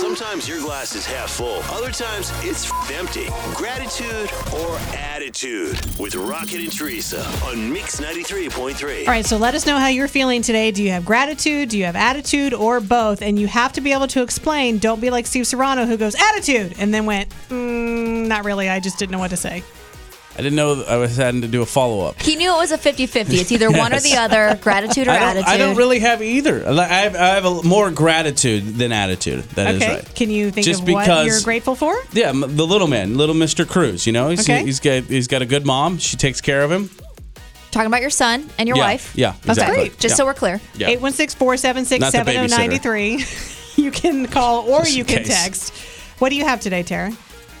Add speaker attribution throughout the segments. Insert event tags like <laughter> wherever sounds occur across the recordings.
Speaker 1: Sometimes your glass is half full, other times it's f- empty. Gratitude or attitude with Rocket and Teresa on Mix 93.3.
Speaker 2: All right, so let us know how you're feeling today. Do you have gratitude? Do you have attitude or both? And you have to be able to explain. Don't be like Steve Serrano who goes, attitude, and then went, mm, not really. I just didn't know what to say.
Speaker 3: I didn't know I was having to do a follow up.
Speaker 4: He knew it was a 50 50. It's either one or the other gratitude or
Speaker 3: <laughs> I don't,
Speaker 4: attitude.
Speaker 3: I don't really have either. I have, I have a, more gratitude than attitude. That is
Speaker 2: okay.
Speaker 3: right.
Speaker 2: Can you think
Speaker 3: Just
Speaker 2: of what
Speaker 3: because-
Speaker 2: you're grateful for?
Speaker 3: Yeah, m- the little man, little Mr. Cruz. You know, he's,
Speaker 2: Okay.
Speaker 3: he's got he's got a good mom. She takes care of him.
Speaker 4: Talking about your son and your
Speaker 3: yeah,
Speaker 4: wife.
Speaker 3: Yeah,
Speaker 2: That's
Speaker 3: exactly.
Speaker 2: great.
Speaker 4: Just
Speaker 3: yeah.
Speaker 4: so we're clear.
Speaker 3: Yeah.
Speaker 2: 816 476 7093. <laughs> You can call or
Speaker 3: Just in
Speaker 2: you can
Speaker 3: case.
Speaker 2: text. What do you have today, Tara?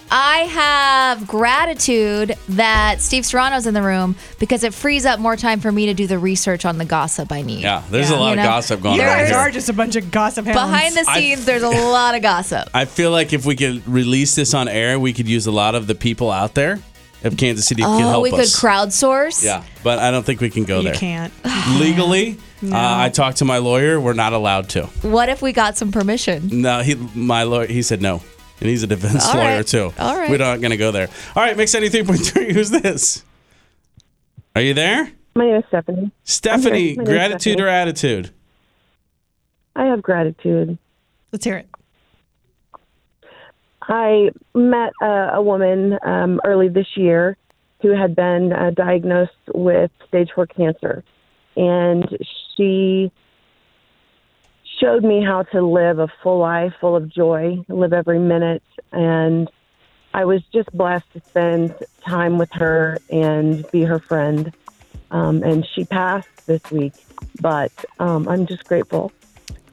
Speaker 4: I have gratitude that Steve Serrano's in the room because it frees up more time for me to do the research on the gossip I need.
Speaker 3: Yeah, there's
Speaker 2: Yeah.
Speaker 3: a lot
Speaker 4: You
Speaker 3: of
Speaker 4: know,
Speaker 3: gossip going
Speaker 2: You
Speaker 3: on.
Speaker 2: guys
Speaker 4: There's-
Speaker 3: here.
Speaker 2: are just a bunch of gossip hounds.
Speaker 4: Behind the
Speaker 3: I-
Speaker 4: scenes, there's a lot of gossip.
Speaker 3: <laughs> I feel like if we could release this on air, we could use a lot of the people out there of Kansas City could
Speaker 4: Oh,
Speaker 3: help
Speaker 4: we could
Speaker 3: us.
Speaker 4: crowdsource.
Speaker 3: yeah, but I don't think we can go
Speaker 2: you
Speaker 3: there.
Speaker 2: can't. <sighs>
Speaker 3: Legally, uh, I talked to my lawyer. We're not allowed to.
Speaker 4: What if we got some permission?
Speaker 3: No, he my lawyer. He said no, and he's a defense
Speaker 4: All
Speaker 3: lawyer
Speaker 4: right.
Speaker 3: too.
Speaker 4: All right.
Speaker 3: we're not gonna go there. All right, mix eighty three point three. Who's this? Are you there,
Speaker 5: My name is Stephanie.
Speaker 3: Stephanie?
Speaker 5: My name's
Speaker 3: Gratitude
Speaker 5: Stephanie.
Speaker 3: or attitude?
Speaker 5: I have gratitude.
Speaker 2: Let's hear it.
Speaker 5: I met uh, a woman um, early this year who had been uh, diagnosed with stage four cancer, and she showed me how to live a full life, full of joy, live every minute, and I was just blessed to spend time with her and be her friend. Um, and she passed this week, but um, I'm just grateful.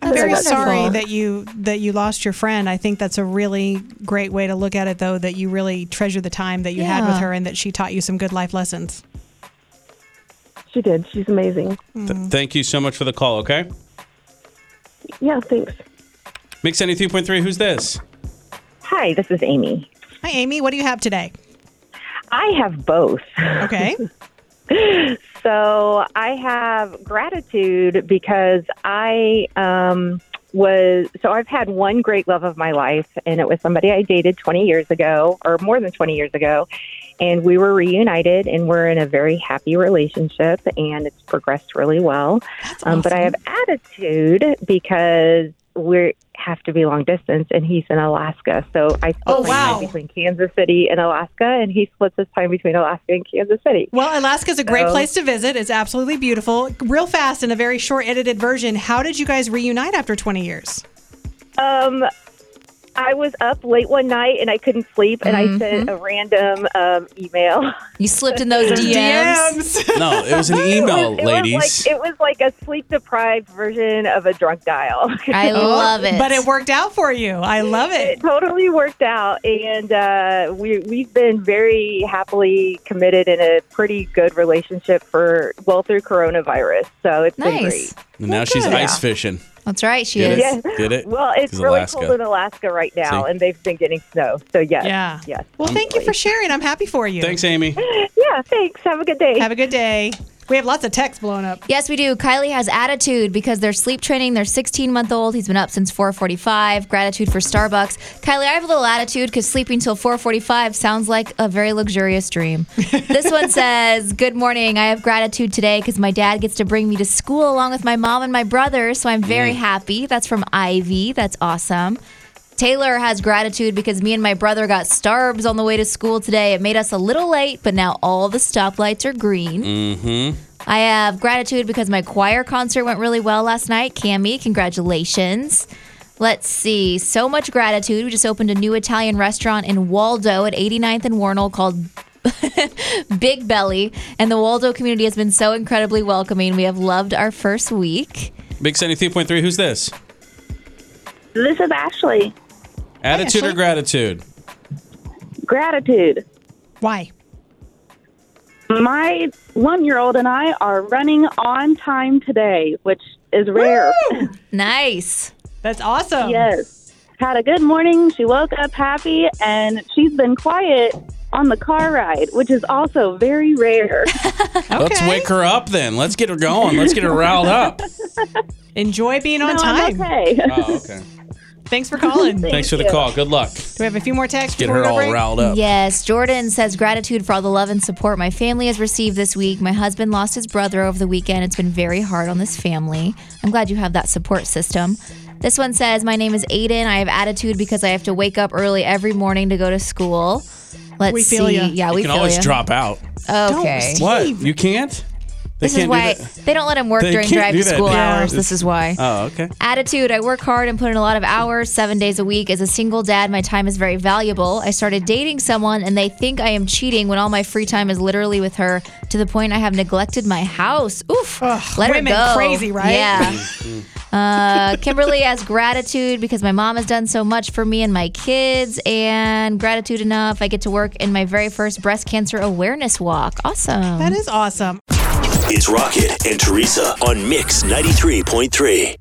Speaker 2: I'm
Speaker 4: That's
Speaker 2: very
Speaker 4: wonderful.
Speaker 2: sorry that you that you lost your friend. I think that's a really great way to look at it, though, that you really treasure the time that you had with
Speaker 4: Yeah.
Speaker 2: her and that she taught you some good life lessons.
Speaker 5: She did. She's amazing.
Speaker 6: Mm.
Speaker 3: Th- thank you so much for the call. Okay,
Speaker 5: Yeah, thanks.
Speaker 3: mix eighty three point three. Who's
Speaker 6: <laughs>
Speaker 3: this?
Speaker 6: Hi, this is Amy.
Speaker 2: Hi, Amy. What do you have today?
Speaker 6: I have both.
Speaker 4: <laughs>
Speaker 2: Okay.
Speaker 6: So I have gratitude because I um, was, so I've had one great love of my life, and it was somebody I dated 20 years ago, or more than 20 years ago. And we were reunited, and we're in a very happy relationship, and it's progressed really well.
Speaker 2: That's
Speaker 6: Um, But I have
Speaker 2: awesome.
Speaker 6: attitude because we have to be long distance, and he's in Alaska. So I split
Speaker 2: Oh,
Speaker 6: my
Speaker 2: wow.
Speaker 6: time between Kansas City and Alaska, and he splits his time between Alaska and Kansas City.
Speaker 2: Well, Alaska's a
Speaker 4: Oh.
Speaker 2: great
Speaker 6: So-
Speaker 2: place to visit. It's absolutely beautiful. Real fast in a very short edited version, how did you guys reunite after 20 years?
Speaker 6: Um, I was up late one night and I couldn't sleep, and I
Speaker 3: Mm-hmm.
Speaker 6: sent a random um, email. <laughs>
Speaker 4: You slipped
Speaker 3: <laughs>
Speaker 4: in those DMs.
Speaker 3: No, it was an
Speaker 6: it,
Speaker 3: email,
Speaker 6: was, it
Speaker 3: ladies.
Speaker 6: Was like, it was like a sleep deprived version of a drunk dial. <laughs>
Speaker 4: I
Speaker 2: <laughs>
Speaker 3: Oh,
Speaker 4: love it.
Speaker 2: But it worked out for you. I love it.
Speaker 6: It totally worked out, and uh, we we've been very happily committed in a pretty good relationship for well through coronavirus. So it's been great.
Speaker 4: Nice.
Speaker 3: and now she's
Speaker 6: good.
Speaker 3: ice fishing.
Speaker 4: That's right. She
Speaker 3: Get
Speaker 4: is.
Speaker 3: it?
Speaker 6: Yes.
Speaker 3: Get it?
Speaker 6: Well, it's
Speaker 3: 'Cause
Speaker 6: really
Speaker 3: Alaska.
Speaker 6: cold in Alaska right now,
Speaker 3: See?
Speaker 6: and they've been getting snow. So yes,
Speaker 2: Yeah.
Speaker 6: yes.
Speaker 2: Well, thank you for sharing. I'm happy for you.
Speaker 3: Thanks,
Speaker 6: <laughs>
Speaker 3: Amy.
Speaker 6: Yeah, thanks. Have a good day.
Speaker 2: Have a good day. We have lots of texts blowing up.
Speaker 4: Yes, we do. Kylie has attitude because they're sleep training. They're 16 month old. He's been up since 4:45. Gratitude for Starbucks. Kylie, I have a little attitude because sleeping till 4:45 sounds like a very luxurious dream. this one says, "Good morning. I have gratitude today because my dad gets to bring me to school along with my mom and my brother, so I'm very happy." That's from Ivy. That's awesome. Taylor has gratitude because me and my brother got starbs on the way to school today. It made us a little late, but now all the stoplights are green.
Speaker 3: Mm-hmm.
Speaker 4: I have gratitude because my choir concert went really well last night. Cami, congratulations. Let's see. So much gratitude. We just opened a new Italian restaurant in Waldo at 89th and Warnell called <laughs> Big Belly. And the Waldo community has been so incredibly welcoming. We have loved our first week.
Speaker 3: Big seventy three point three. Who's this?
Speaker 7: This is Ashley.
Speaker 3: Attitude or
Speaker 2: Ashley.
Speaker 3: gratitude?
Speaker 7: Gratitude.
Speaker 2: Why?
Speaker 7: My one year old and I are running on time today, which is rare.
Speaker 4: Nice.
Speaker 2: That's
Speaker 7: <laughs>
Speaker 2: awesome.
Speaker 7: Yes. Had a good morning. She woke up happy, and she's been quiet on the car ride, which is also very rare.
Speaker 3: Let's
Speaker 2: Okay.
Speaker 3: wake her up then. Let's get her
Speaker 6: <laughs>
Speaker 3: going. Let's get her riled up.
Speaker 2: Enjoy being <laughs>
Speaker 7: <laughs>
Speaker 2: on
Speaker 7: No, I'm
Speaker 2: time.
Speaker 7: okay.
Speaker 3: Oh, okay.
Speaker 2: Thanks for calling. Do
Speaker 3: Thanks for the call. Good luck.
Speaker 2: we have a few more texts?
Speaker 3: Get
Speaker 2: before
Speaker 3: her
Speaker 2: we go
Speaker 3: all
Speaker 2: break?
Speaker 3: riled up.
Speaker 4: Yes, Jordan says gratitude for all the love and support my family has received this week. My husband lost his brother over the weekend. It's been very hard on this family. I'm glad you have that support system. This one says, My name is Aiden. I have attitude because I have to wake up early every morning to go to school. Let's
Speaker 2: We feel
Speaker 4: see.
Speaker 2: ya.
Speaker 4: Yeah, we
Speaker 3: You can
Speaker 4: feel
Speaker 3: always
Speaker 4: ya.
Speaker 3: drop out.
Speaker 4: Okay.
Speaker 3: What? You can't? They
Speaker 4: This is why they don't let him work
Speaker 3: They
Speaker 4: during
Speaker 3: can't
Speaker 4: drive
Speaker 3: do
Speaker 4: to
Speaker 3: that
Speaker 4: school
Speaker 3: now.
Speaker 4: hours. This is why.
Speaker 3: Oh, okay.
Speaker 4: Attitude I work hard and put in a lot of hours, seven days a week. As a single dad, my time is very valuable. I started dating someone and they think I am cheating when all my free time is literally with her to the point I have neglected my house. Oof. Let her
Speaker 2: women
Speaker 4: go.
Speaker 2: crazy, right?
Speaker 4: Yeah. <laughs> uh, Kimberly has gratitude because my mom has done so much for me and my kids, and gratitude enough. I get to work in my very first breast cancer awareness walk. Awesome.
Speaker 2: That is awesome.
Speaker 1: It's Rocket and Teresa on Mix 93.3.